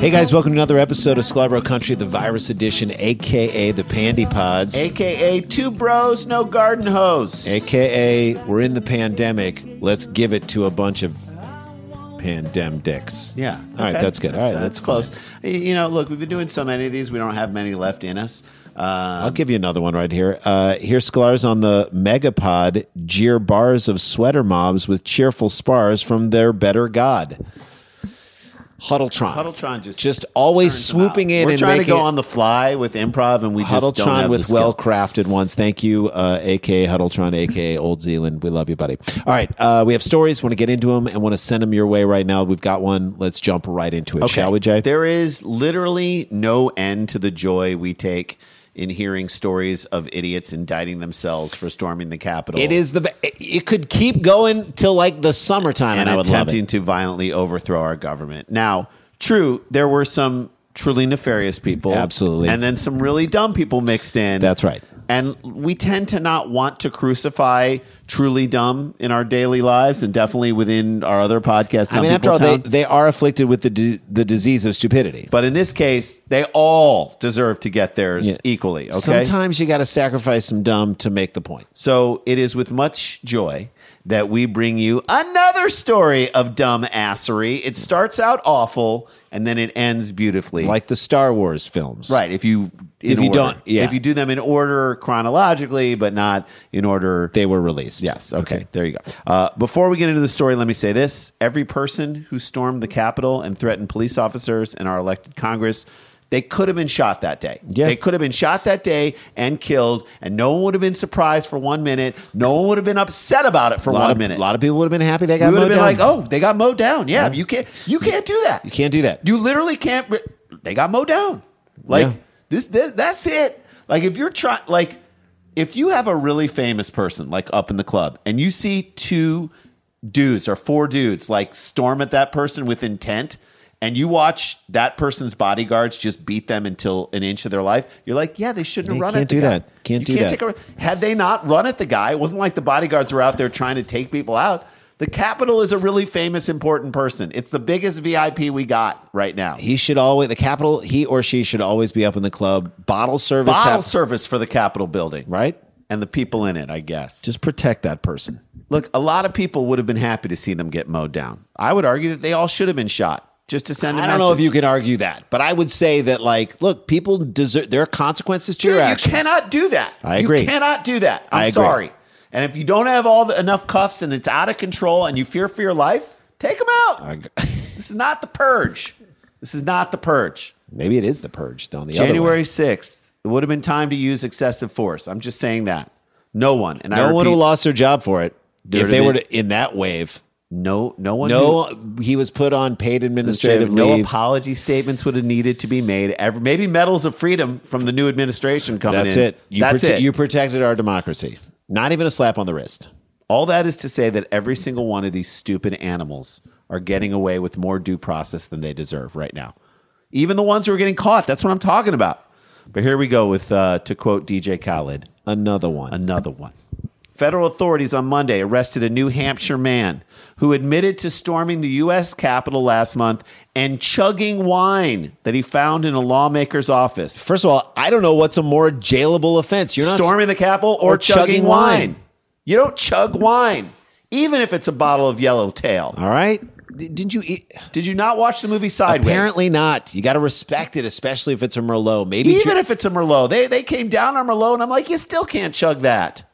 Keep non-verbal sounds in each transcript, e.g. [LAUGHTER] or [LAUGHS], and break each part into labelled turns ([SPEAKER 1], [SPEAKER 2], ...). [SPEAKER 1] Hey guys, welcome to another episode of Scarborough Country, the virus edition, aka the Pandy Pods.
[SPEAKER 2] AKA two bros, no garden hose.
[SPEAKER 1] AKA, we're in the pandemic. Let's give it to a bunch of pandem dicks.
[SPEAKER 2] Yeah.
[SPEAKER 1] All right,
[SPEAKER 2] Okay.
[SPEAKER 1] that's good. All right,
[SPEAKER 2] that's
[SPEAKER 1] that's
[SPEAKER 2] close. Y- You know, look, we've been doing so many of these, we don't have many left in us.
[SPEAKER 1] I'll
[SPEAKER 2] Uh,
[SPEAKER 1] give you another one right here. Uh, here's Sklar's on the Megapod jeer bars of sweater mobs with cheerful spars from their better god. Huddletron.
[SPEAKER 2] Huddletron just
[SPEAKER 1] just always
[SPEAKER 2] turns them out.
[SPEAKER 1] swooping in
[SPEAKER 2] We're
[SPEAKER 1] and
[SPEAKER 2] trying to
[SPEAKER 1] making
[SPEAKER 2] go
[SPEAKER 1] it-
[SPEAKER 2] on the fly with improv, and we just don't
[SPEAKER 1] Huddletron
[SPEAKER 2] have
[SPEAKER 1] with
[SPEAKER 2] the skill.
[SPEAKER 1] well crafted ones. Thank you, uh, aka Huddletron, aka Old Zealand. We love you, buddy. All right, uh, we have stories. Want to get into them and want to send them your way right now. We've got one. Let's jump right into it, shall we, Jay?
[SPEAKER 2] There is literally no end to the joy we take in hearing stories of idiots indicting themselves for storming the Capitol.
[SPEAKER 1] It is the. be- It could keep going till like the summertime, and,
[SPEAKER 2] and
[SPEAKER 1] I would love
[SPEAKER 2] attempting
[SPEAKER 1] it.
[SPEAKER 2] to violently overthrow our government. Now, true, there were some truly nefarious people,
[SPEAKER 1] Absolutely.
[SPEAKER 2] and then some really dumb people mixed in.
[SPEAKER 1] That's right.
[SPEAKER 2] And we tend to not want to crucify truly dumb in our daily lives, and definitely within our other podcast.
[SPEAKER 1] I
[SPEAKER 2] Dumb
[SPEAKER 1] mean, after
[SPEAKER 2] People
[SPEAKER 1] all, they,
[SPEAKER 2] Town.
[SPEAKER 1] they are afflicted with the di- the disease of stupidity.
[SPEAKER 2] but in this case, they all deserve to get theirs
[SPEAKER 1] Yeah.
[SPEAKER 2] equally. Okay.
[SPEAKER 1] Sometimes you got to sacrifice some dumb to make the point.
[SPEAKER 2] So it is with much joy that we bring you another story of dumb assery. It starts out awful and then it ends beautifully.
[SPEAKER 1] Like the Star Wars films,
[SPEAKER 2] right, if you in
[SPEAKER 1] If you
[SPEAKER 2] order.
[SPEAKER 1] don't- yeah.
[SPEAKER 2] if you do them in order chronologically, but not in order.
[SPEAKER 1] They were released.
[SPEAKER 2] yes, okay, there you go. Uh, before we get into the story, let me say this: every person who stormed the Capitol and threatened police officers and our elected Congress. They could have been shot that day.
[SPEAKER 1] Yeah.
[SPEAKER 2] They could have been shot that day and killed, and no one would have been surprised for one minute. No one would have been upset about it for
[SPEAKER 1] a
[SPEAKER 2] one
[SPEAKER 1] lot of
[SPEAKER 2] minute.
[SPEAKER 1] a lot of people would have been happy they got.
[SPEAKER 2] we would have
[SPEAKER 1] mowed
[SPEAKER 2] been
[SPEAKER 1] down.
[SPEAKER 2] like, "Oh, they got mowed down." Yeah, you can't. You can't do that.
[SPEAKER 1] you can't do that.
[SPEAKER 2] You literally can't. They got mowed down. Like
[SPEAKER 1] Yeah.
[SPEAKER 2] this, this. That's it. Like if you're trying, like if you have a really famous person, like up in the club, and you see two dudes or four dudes like storm at that person with intent, and you watch that person's bodyguards just beat them until an inch of their life, you're like, yeah, they shouldn't have
[SPEAKER 1] Yeah,
[SPEAKER 2] run.
[SPEAKER 1] can't
[SPEAKER 2] at the
[SPEAKER 1] do
[SPEAKER 2] guy.
[SPEAKER 1] that. Can't
[SPEAKER 2] You
[SPEAKER 1] do that.
[SPEAKER 2] take a- had they not run at the guy, it wasn't like the bodyguards were out there trying to take people out. The Capitol is a really famous, important person. It's the biggest VIP we got right now.
[SPEAKER 1] He should always the capital. He or she should always be up in the club. Bottle service,
[SPEAKER 2] Bottle
[SPEAKER 1] hap-
[SPEAKER 2] service for the Capitol building,
[SPEAKER 1] right?
[SPEAKER 2] And the people in it, I guess.
[SPEAKER 1] Just protect that person.
[SPEAKER 2] Look, a lot of people would have been happy to see them get mowed down. I would argue that they all should have been shot. just to send. I
[SPEAKER 1] I don't know if you can argue that, but I would say that, like, look, people deserve, there are consequences to your
[SPEAKER 2] you
[SPEAKER 1] actions.
[SPEAKER 2] cannot do that.
[SPEAKER 1] I agree.
[SPEAKER 2] You cannot do that.
[SPEAKER 1] I
[SPEAKER 2] I'm
[SPEAKER 1] agree.
[SPEAKER 2] sorry. And if you don't have all the, enough cuffs and it's out of control and you fear for your life, take them out. this is not the purge. This is not the purge.
[SPEAKER 1] [LAUGHS] Maybe it is the purge, though. on The
[SPEAKER 2] January 6th, it would have been time to use excessive force. I'm just saying that. No one. And
[SPEAKER 1] other
[SPEAKER 2] I
[SPEAKER 1] way. no one
[SPEAKER 2] repeat,
[SPEAKER 1] would have lost their job for it
[SPEAKER 2] There
[SPEAKER 1] if
[SPEAKER 2] would've
[SPEAKER 1] they
[SPEAKER 2] been-
[SPEAKER 1] were to, in that wave.
[SPEAKER 2] No, no one. knew-
[SPEAKER 1] No, he was put on paid administrative
[SPEAKER 2] No
[SPEAKER 1] leave.
[SPEAKER 2] apology statements would have needed to be made. Ever, maybe medals of freedom from the new administration coming
[SPEAKER 1] That's
[SPEAKER 2] in.
[SPEAKER 1] it. You
[SPEAKER 2] That's
[SPEAKER 1] prote-
[SPEAKER 2] it.
[SPEAKER 1] You protected our democracy. Not even a slap on the wrist.
[SPEAKER 2] All that is to say that every single one of these stupid animals are getting away with more due process than they deserve right now. Even the ones who are getting caught. That's what I'm talking about. But here we go with, uh, to quote DJ Khaled,
[SPEAKER 1] Another one.
[SPEAKER 2] another one. Federal authorities on Monday arrested a New Hampshire man who admitted to storming the U.S. Capitol last month and chugging wine that he found in a lawmaker's office.
[SPEAKER 1] First of all, I don't know what's a more jailable offense. You're not
[SPEAKER 2] storming the Capitol or,
[SPEAKER 1] or
[SPEAKER 2] chugging,
[SPEAKER 1] chugging
[SPEAKER 2] wine.
[SPEAKER 1] wine.
[SPEAKER 2] You don't chug wine, even if it's a bottle of Yellowtail.
[SPEAKER 1] All right. D- Didn't you eat?
[SPEAKER 2] Did you not watch the movie Sideways?
[SPEAKER 1] Apparently not. You got to respect it, especially if it's a Merlot. Maybe
[SPEAKER 2] even
[SPEAKER 1] dri-
[SPEAKER 2] if it's a Merlot, they they came down on Merlot, and I'm like, you still can't chug that.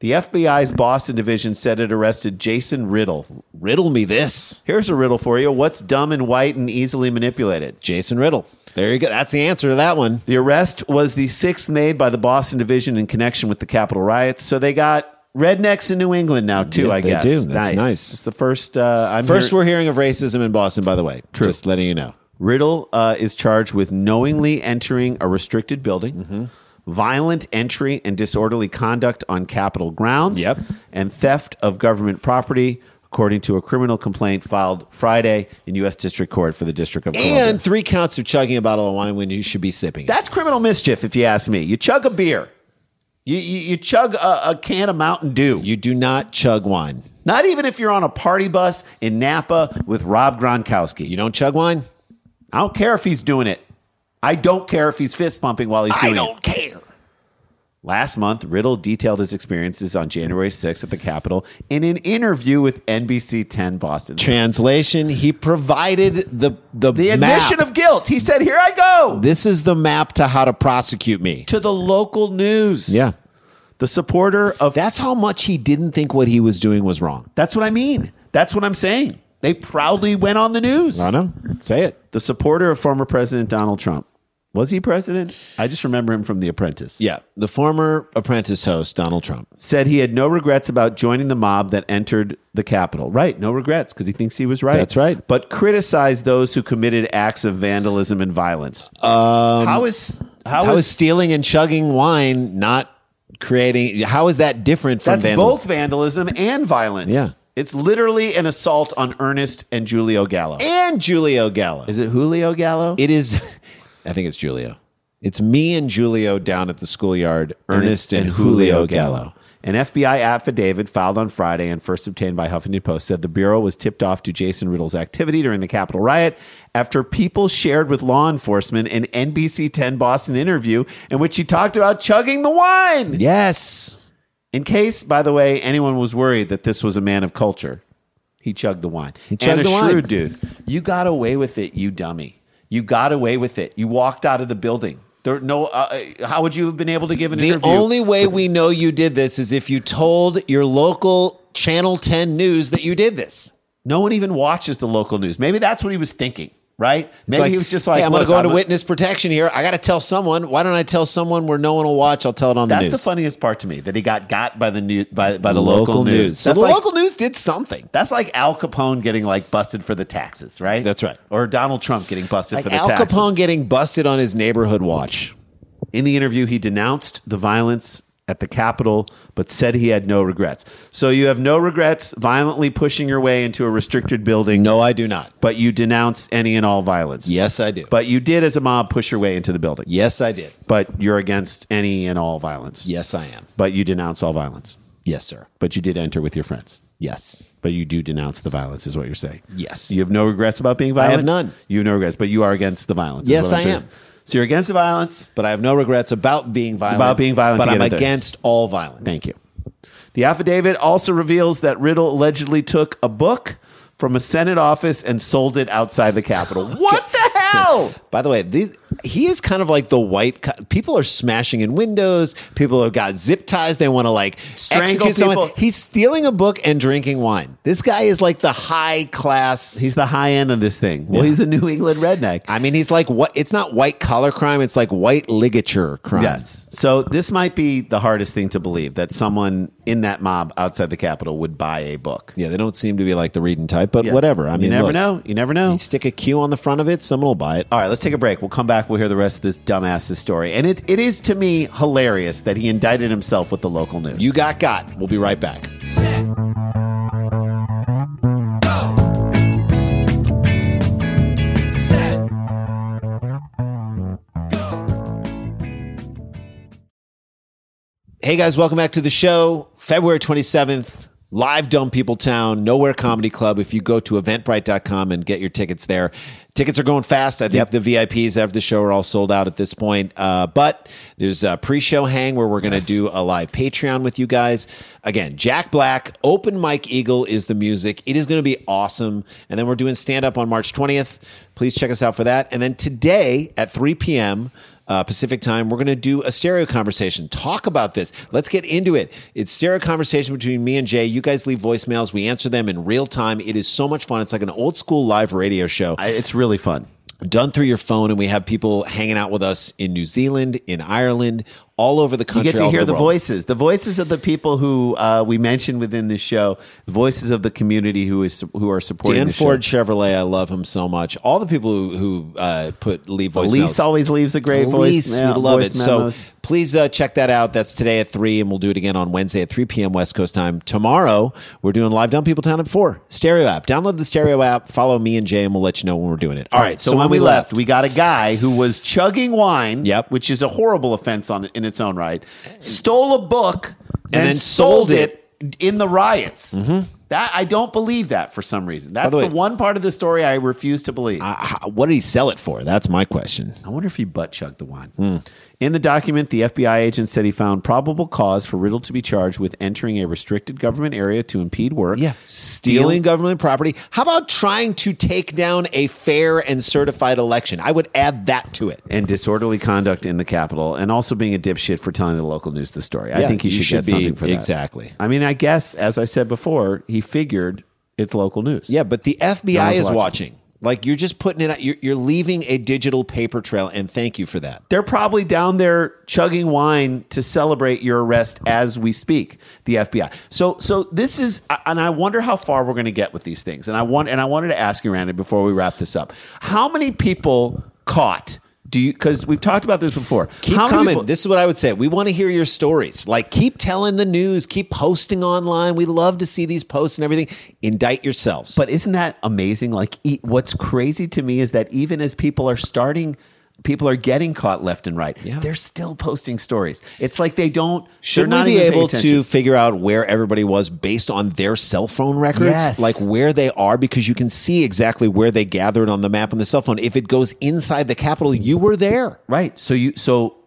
[SPEAKER 2] The FBI's Boston division said it arrested Jason Riddle.
[SPEAKER 1] riddle me this,
[SPEAKER 2] Here's a riddle for you: What's dumb and white and easily manipulated?
[SPEAKER 1] Jason Riddle. There you go. That's the answer to that one.
[SPEAKER 2] The arrest was the sixth made by the Boston division in connection with the Capitol riots. So they got rednecks in New England now too.
[SPEAKER 1] Yeah,
[SPEAKER 2] I
[SPEAKER 1] they
[SPEAKER 2] guess
[SPEAKER 1] do. That's nice.
[SPEAKER 2] It's the first. Uh, I'm
[SPEAKER 1] First,
[SPEAKER 2] here-
[SPEAKER 1] we're hearing of racism in Boston, by the way.
[SPEAKER 2] True.
[SPEAKER 1] Just letting you know.
[SPEAKER 2] Riddle uh, is charged with knowingly entering a restricted building,
[SPEAKER 1] Mm-hmm.
[SPEAKER 2] violent entry and disorderly conduct on Capitol grounds,
[SPEAKER 1] Yep.
[SPEAKER 2] and theft of government property, according to a criminal complaint filed Friday in U.S. District Court for the District of Columbia.
[SPEAKER 1] And three counts of chugging a bottle of wine when you should be sipping. it.
[SPEAKER 2] that's criminal mischief, if you ask me. You chug a beer, you, you, you chug a, a can of Mountain Dew.
[SPEAKER 1] you do not chug wine.
[SPEAKER 2] Not even if you're on a party bus in Napa with Rob Gronkowski.
[SPEAKER 1] You don't chug wine.
[SPEAKER 2] I don't care if he's doing it. I don't care if he's fist pumping while he's doing it.
[SPEAKER 1] care.
[SPEAKER 2] Last month, Riddle detailed his experiences on January 6th at the Capitol in an interview with NBC 10 Boston.
[SPEAKER 1] Translation: He provided the the,
[SPEAKER 2] The admission of guilt. He said, Here I go
[SPEAKER 1] this is the map to how to prosecute me.
[SPEAKER 2] to the local news.
[SPEAKER 1] Yeah.
[SPEAKER 2] The supporter of
[SPEAKER 1] That's how much he didn't think what he was doing was wrong.
[SPEAKER 2] That's what I mean. That's what I'm saying. They proudly went on the news.
[SPEAKER 1] know. Say it.
[SPEAKER 2] The supporter of former President Donald Trump. Was he president? I just remember him from The Apprentice.
[SPEAKER 1] Yeah. The former apprentice host, Donald Trump.
[SPEAKER 2] Said he had no regrets about joining the mob that entered the Capitol. Right, no regrets because he thinks he was right.
[SPEAKER 1] That's right.
[SPEAKER 2] But criticized those who committed acts of vandalism and violence. how is how,
[SPEAKER 1] Um, How
[SPEAKER 2] is,
[SPEAKER 1] is stealing and chugging wine not creating? How is that different from
[SPEAKER 2] that's
[SPEAKER 1] vandalism?
[SPEAKER 2] both vandalism and violence?
[SPEAKER 1] Yeah.
[SPEAKER 2] it's literally an assault on Ernest and Julio Gallo.
[SPEAKER 1] And Julio Gallo.
[SPEAKER 2] Is it Julio Gallo?
[SPEAKER 1] It is, [LAUGHS] I think it's Julio. It's me and Julio down at the schoolyard, Ernest and, Julio Gallo.
[SPEAKER 2] An FBI affidavit filed on Friday and first obtained by Huffington Post said the Bureau was tipped off to Jason Riddle's activity during the Capitol riot after people shared with law enforcement an NBC 10 Boston interview in which he talked about chugging the wine.
[SPEAKER 1] Yes.
[SPEAKER 2] In case, by the way, anyone was worried that this was a man of culture, he chugged the wine. He
[SPEAKER 1] chugged
[SPEAKER 2] and
[SPEAKER 1] the
[SPEAKER 2] a
[SPEAKER 1] wine.
[SPEAKER 2] shrewd dude. You got away with it, you dummy. You got away with it. You walked out of the building. There no. Uh, uh, how would you have been able to give an
[SPEAKER 1] The
[SPEAKER 2] interview?
[SPEAKER 1] only way we know you did this is if you told your local Channel 10 news that you did this.
[SPEAKER 2] no one even watches the local news. Maybe that's what he was thinking, right?
[SPEAKER 1] It's
[SPEAKER 2] Maybe he was just like,
[SPEAKER 1] hey, I'm going to
[SPEAKER 2] "Look,
[SPEAKER 1] go into
[SPEAKER 2] a-"
[SPEAKER 1] witness protection here. I got to tell someone. Why don't I tell someone where no one will watch? I'll tell it on
[SPEAKER 2] That's
[SPEAKER 1] the
[SPEAKER 2] the
[SPEAKER 1] news.
[SPEAKER 2] funniest part to me that he got got by the new by by the local, news.
[SPEAKER 1] So
[SPEAKER 2] That's
[SPEAKER 1] the
[SPEAKER 2] like,
[SPEAKER 1] local news did something.
[SPEAKER 2] That's like Al Capone getting like busted for the taxes, right?
[SPEAKER 1] That's right.
[SPEAKER 2] Or Donald Trump getting busted
[SPEAKER 1] Like
[SPEAKER 2] for the
[SPEAKER 1] Al
[SPEAKER 2] taxes.
[SPEAKER 1] Capone getting busted on his neighborhood watch.
[SPEAKER 2] In the interview, he denounced the violence at the Capitol, but said he had no regrets. So you have no regrets violently pushing your way into a restricted building,
[SPEAKER 1] No, I do not.
[SPEAKER 2] but you denounce any and all violence.
[SPEAKER 1] Yes, I do.
[SPEAKER 2] But you did, as a mob, push your way into the building.
[SPEAKER 1] yes, I did.
[SPEAKER 2] But you're against any and all violence.
[SPEAKER 1] Yes, I am.
[SPEAKER 2] But you denounce all violence.
[SPEAKER 1] Yes, sir.
[SPEAKER 2] But you did enter with your friends.
[SPEAKER 1] Yes.
[SPEAKER 2] But you do denounce the violence, is what you're saying.
[SPEAKER 1] Yes.
[SPEAKER 2] You have no regrets about being violent?
[SPEAKER 1] have none.
[SPEAKER 2] You have no regrets, but you are against the violence. is
[SPEAKER 1] Yes,
[SPEAKER 2] what I'm
[SPEAKER 1] I
[SPEAKER 2] saying.
[SPEAKER 1] am.
[SPEAKER 2] So you're against the violence.
[SPEAKER 1] But I have no regrets about being violent.
[SPEAKER 2] About being violent
[SPEAKER 1] But
[SPEAKER 2] to
[SPEAKER 1] I'm
[SPEAKER 2] get it there.
[SPEAKER 1] against all violence.
[SPEAKER 2] Thank you. The affidavit also reveals that Riddle allegedly took a book from a Senate office and sold it outside the
[SPEAKER 1] [LAUGHS]
[SPEAKER 2] Capitol. What the hell?
[SPEAKER 1] By the way, these he is kind of like the white co- people are smashing in windows. People have got zip ties. They want to like
[SPEAKER 2] Strangle
[SPEAKER 1] execute someone.
[SPEAKER 2] people.
[SPEAKER 1] He's stealing a book and drinking wine. This guy is like the high class.
[SPEAKER 2] He's the high end of this thing. Well,
[SPEAKER 1] Yeah.
[SPEAKER 2] he's a New England redneck.
[SPEAKER 1] I mean, he's like what? It's not white collar crime. It's like white ligature crime.
[SPEAKER 2] Yes. So this might be the hardest thing to believe that someone in that mob outside the Capitol would buy a book.
[SPEAKER 1] Yeah, they don't seem to be like the reading type, but
[SPEAKER 2] Yeah.
[SPEAKER 1] whatever. I mean,
[SPEAKER 2] you never
[SPEAKER 1] look,
[SPEAKER 2] know. You never know.
[SPEAKER 1] You stick a Q on the front of it, someone will buy it.
[SPEAKER 2] All right, let's take a break. We'll come back. We'll hear the rest of this dumbass's story. And it, it is to me hilarious that he indicted himself with the local news.
[SPEAKER 1] You got got. We'll be right back. Hey guys, welcome back to the show. February 27th, live Dumb People Town, Nowhere Comedy Club. If you go to eventbrite.com and get your tickets there, tickets are going fast. I think
[SPEAKER 2] Yep.
[SPEAKER 1] the VIPs after the show are all sold out at this point. Uh, but there's a pre show hang where we're going to do a live Patreon with you guys. Again, Jack Black, Open Mike Eagle is the music. It is going to be awesome. And then we're doing stand up on March 20th. Please check us out for that. And then today at 3 p.m., uh, Pacific time, we're going to do a stereo conversation. Talk about this. Let's get into it. It's stereo conversation between me and Jay. You guys leave voicemails. We answer them in real time. It is so much fun. It's like an old school live radio show
[SPEAKER 2] I, it's really fun.
[SPEAKER 1] done through your phone. And we have people hanging out with us in New Zealand, in Ireland, all over the
[SPEAKER 2] You
[SPEAKER 1] country.
[SPEAKER 2] get to
[SPEAKER 1] all over
[SPEAKER 2] hear the,
[SPEAKER 1] world.
[SPEAKER 2] voices, the voices of the people who uh, we mentioned within the show, the voices of the community who is who are supporting
[SPEAKER 1] Dan
[SPEAKER 2] the
[SPEAKER 1] Ford
[SPEAKER 2] show.
[SPEAKER 1] Chevrolet, I love him so much. All the people who, who uh, put leave voicemails.
[SPEAKER 2] Elise always leaves a great voice.
[SPEAKER 1] Elise would love it. So please uh, check that out. That's today at 3, and we'll do it again on Wednesday at 3 p.m. West Coast time. Tomorrow, we're doing Live Down People Town at 4. Stereo app. Download the stereo app. Follow me and Jay, and we'll let you know when we're doing it. All right.
[SPEAKER 2] So, when, we left, we got a guy who was chugging wine,
[SPEAKER 1] Yep.
[SPEAKER 2] which is a horrible offense on in its own right. Stole a book and,
[SPEAKER 1] then
[SPEAKER 2] then sold it in the riots. That I don't believe that for some reason. That's
[SPEAKER 1] the
[SPEAKER 2] the,
[SPEAKER 1] way-
[SPEAKER 2] one part of the story I refuse to believe.
[SPEAKER 1] Uh, how- what did he sell it for? That's my question.
[SPEAKER 2] I wonder if he butt chugged the wine.
[SPEAKER 1] Hmm.
[SPEAKER 2] In the document, the FBI agent said he found probable cause for Riddle to be charged with entering a restricted government area to impede work.
[SPEAKER 1] Stealing government property. How about trying to take down a fair and certified election? I would add that to it.
[SPEAKER 2] and disorderly conduct in the Capitol, and also being a dipshit for telling the local news the story. I
[SPEAKER 1] Yeah,
[SPEAKER 2] think he
[SPEAKER 1] you
[SPEAKER 2] should,
[SPEAKER 1] should
[SPEAKER 2] get
[SPEAKER 1] be-
[SPEAKER 2] something for that.
[SPEAKER 1] exactly.
[SPEAKER 2] I mean, I guess as I said before, he figured it's local news.
[SPEAKER 1] Yeah, but the
[SPEAKER 2] No
[SPEAKER 1] FBI
[SPEAKER 2] one's
[SPEAKER 1] is watching.
[SPEAKER 2] watching.
[SPEAKER 1] Like you're just putting it out. You're, you're leaving a digital paper trail, and thank you for that.
[SPEAKER 2] they're probably down there chugging wine to celebrate your arrest as we speak. The FBI. So, so this is, and I wonder how far we're going to get with these things. And I want, and I wanted to ask you, Randy, before we wrap this up, how many people caught? Do you? Because we've talked about this before.
[SPEAKER 1] Keep
[SPEAKER 2] how many
[SPEAKER 1] coming.
[SPEAKER 2] people-
[SPEAKER 1] this is what I would say. We want to hear your stories. Like keep telling the news. Keep posting online. We love to see these posts and everything. Indict yourselves.
[SPEAKER 2] But isn't that amazing? Like, e- what's crazy to me is that even as people are starting, people are getting caught left and right. They're still posting stories. It's like they don't.
[SPEAKER 1] should
[SPEAKER 2] they're
[SPEAKER 1] we
[SPEAKER 2] not
[SPEAKER 1] be
[SPEAKER 2] even paying
[SPEAKER 1] able to
[SPEAKER 2] attention.
[SPEAKER 1] figure out where everybody was based on their cell phone records?
[SPEAKER 2] Yes.
[SPEAKER 1] Like where they are, because you can see exactly where they gathered on the map on the cell phone. If it goes inside the Capitol, you were there.
[SPEAKER 2] right? So you so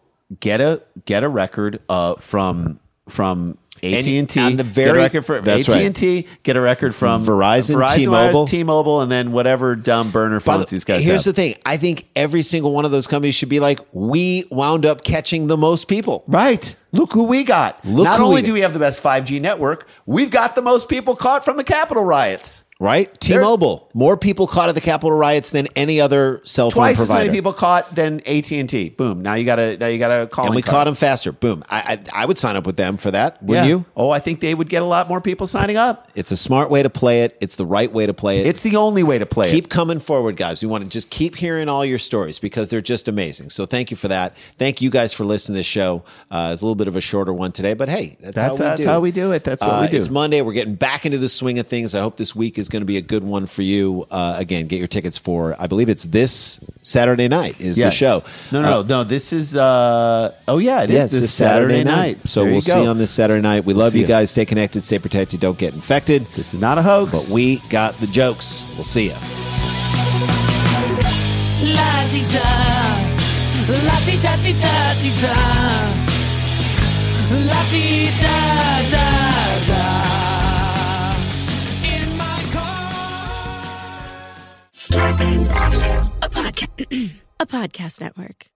[SPEAKER 2] get a get a record uh, from from. AT and T,
[SPEAKER 1] on the very-
[SPEAKER 2] get a record from
[SPEAKER 1] that's
[SPEAKER 2] AT
[SPEAKER 1] right.
[SPEAKER 2] and T, get a record from
[SPEAKER 1] Verizon,
[SPEAKER 2] Verizon,
[SPEAKER 1] T-Mobile.
[SPEAKER 2] T-Mobile, and then whatever dumb burner
[SPEAKER 1] By
[SPEAKER 2] phones
[SPEAKER 1] the-
[SPEAKER 2] these guys
[SPEAKER 1] here's
[SPEAKER 2] have.
[SPEAKER 1] the thing. I think every single one of those companies should be like, we wound up catching the most people.
[SPEAKER 2] Right. Look who we got.
[SPEAKER 1] Look
[SPEAKER 2] Not
[SPEAKER 1] who we
[SPEAKER 2] only
[SPEAKER 1] got.
[SPEAKER 2] do we have the best 5G network, we've got the most people caught from the Capitol riots.
[SPEAKER 1] Right? T-Mobile. More people caught at the Capitol riots than any other cell
[SPEAKER 2] Twice
[SPEAKER 1] phone
[SPEAKER 2] as
[SPEAKER 1] provider.
[SPEAKER 2] many people caught than AT and T. Boom. Now you got to now you got to call.
[SPEAKER 1] and we caught them faster. Boom. I, I I would sign up with them for that. Wouldn't you?
[SPEAKER 2] Oh, I think they would get a lot more people signing up.
[SPEAKER 1] It's a smart way to play it. It's the right way to play it.
[SPEAKER 2] It's the only way to play
[SPEAKER 1] keep
[SPEAKER 2] it.
[SPEAKER 1] coming forward, guys. We want to just keep hearing all your stories because they're just amazing. So thank you for that. Thank you guys for listening to this show. Uh, it's a little bit of a shorter one today, but hey, that's,
[SPEAKER 2] That's-
[SPEAKER 1] how, we
[SPEAKER 2] that's
[SPEAKER 1] do.
[SPEAKER 2] how we do it. That's what
[SPEAKER 1] Uh,
[SPEAKER 2] we do.
[SPEAKER 1] It's Monday. We're getting back into the swing of things. I hope this week is going to be a good one for you. Uh, again, get your tickets for I believe it's this Saturday night is
[SPEAKER 2] Yes.
[SPEAKER 1] the show.
[SPEAKER 2] No, no,
[SPEAKER 1] Uh,
[SPEAKER 2] no, no. This is. uh Oh yeah, it is
[SPEAKER 1] Yes,
[SPEAKER 2] this, Saturday, night.
[SPEAKER 1] So
[SPEAKER 2] There you
[SPEAKER 1] we'll see you
[SPEAKER 2] go.
[SPEAKER 1] on this Saturday night. We love
[SPEAKER 2] see
[SPEAKER 1] you
[SPEAKER 2] ya.
[SPEAKER 1] guys. Stay connected, stay protected, don't get infected.
[SPEAKER 2] This is not a hoax.
[SPEAKER 1] But we got the jokes. We'll see you.
[SPEAKER 3] La-ti-da, la-ti-da-ti-da-ti-da, la-ti-da-da-da. In my car.
[SPEAKER 4] [CLEARS THROAT] a podcast network.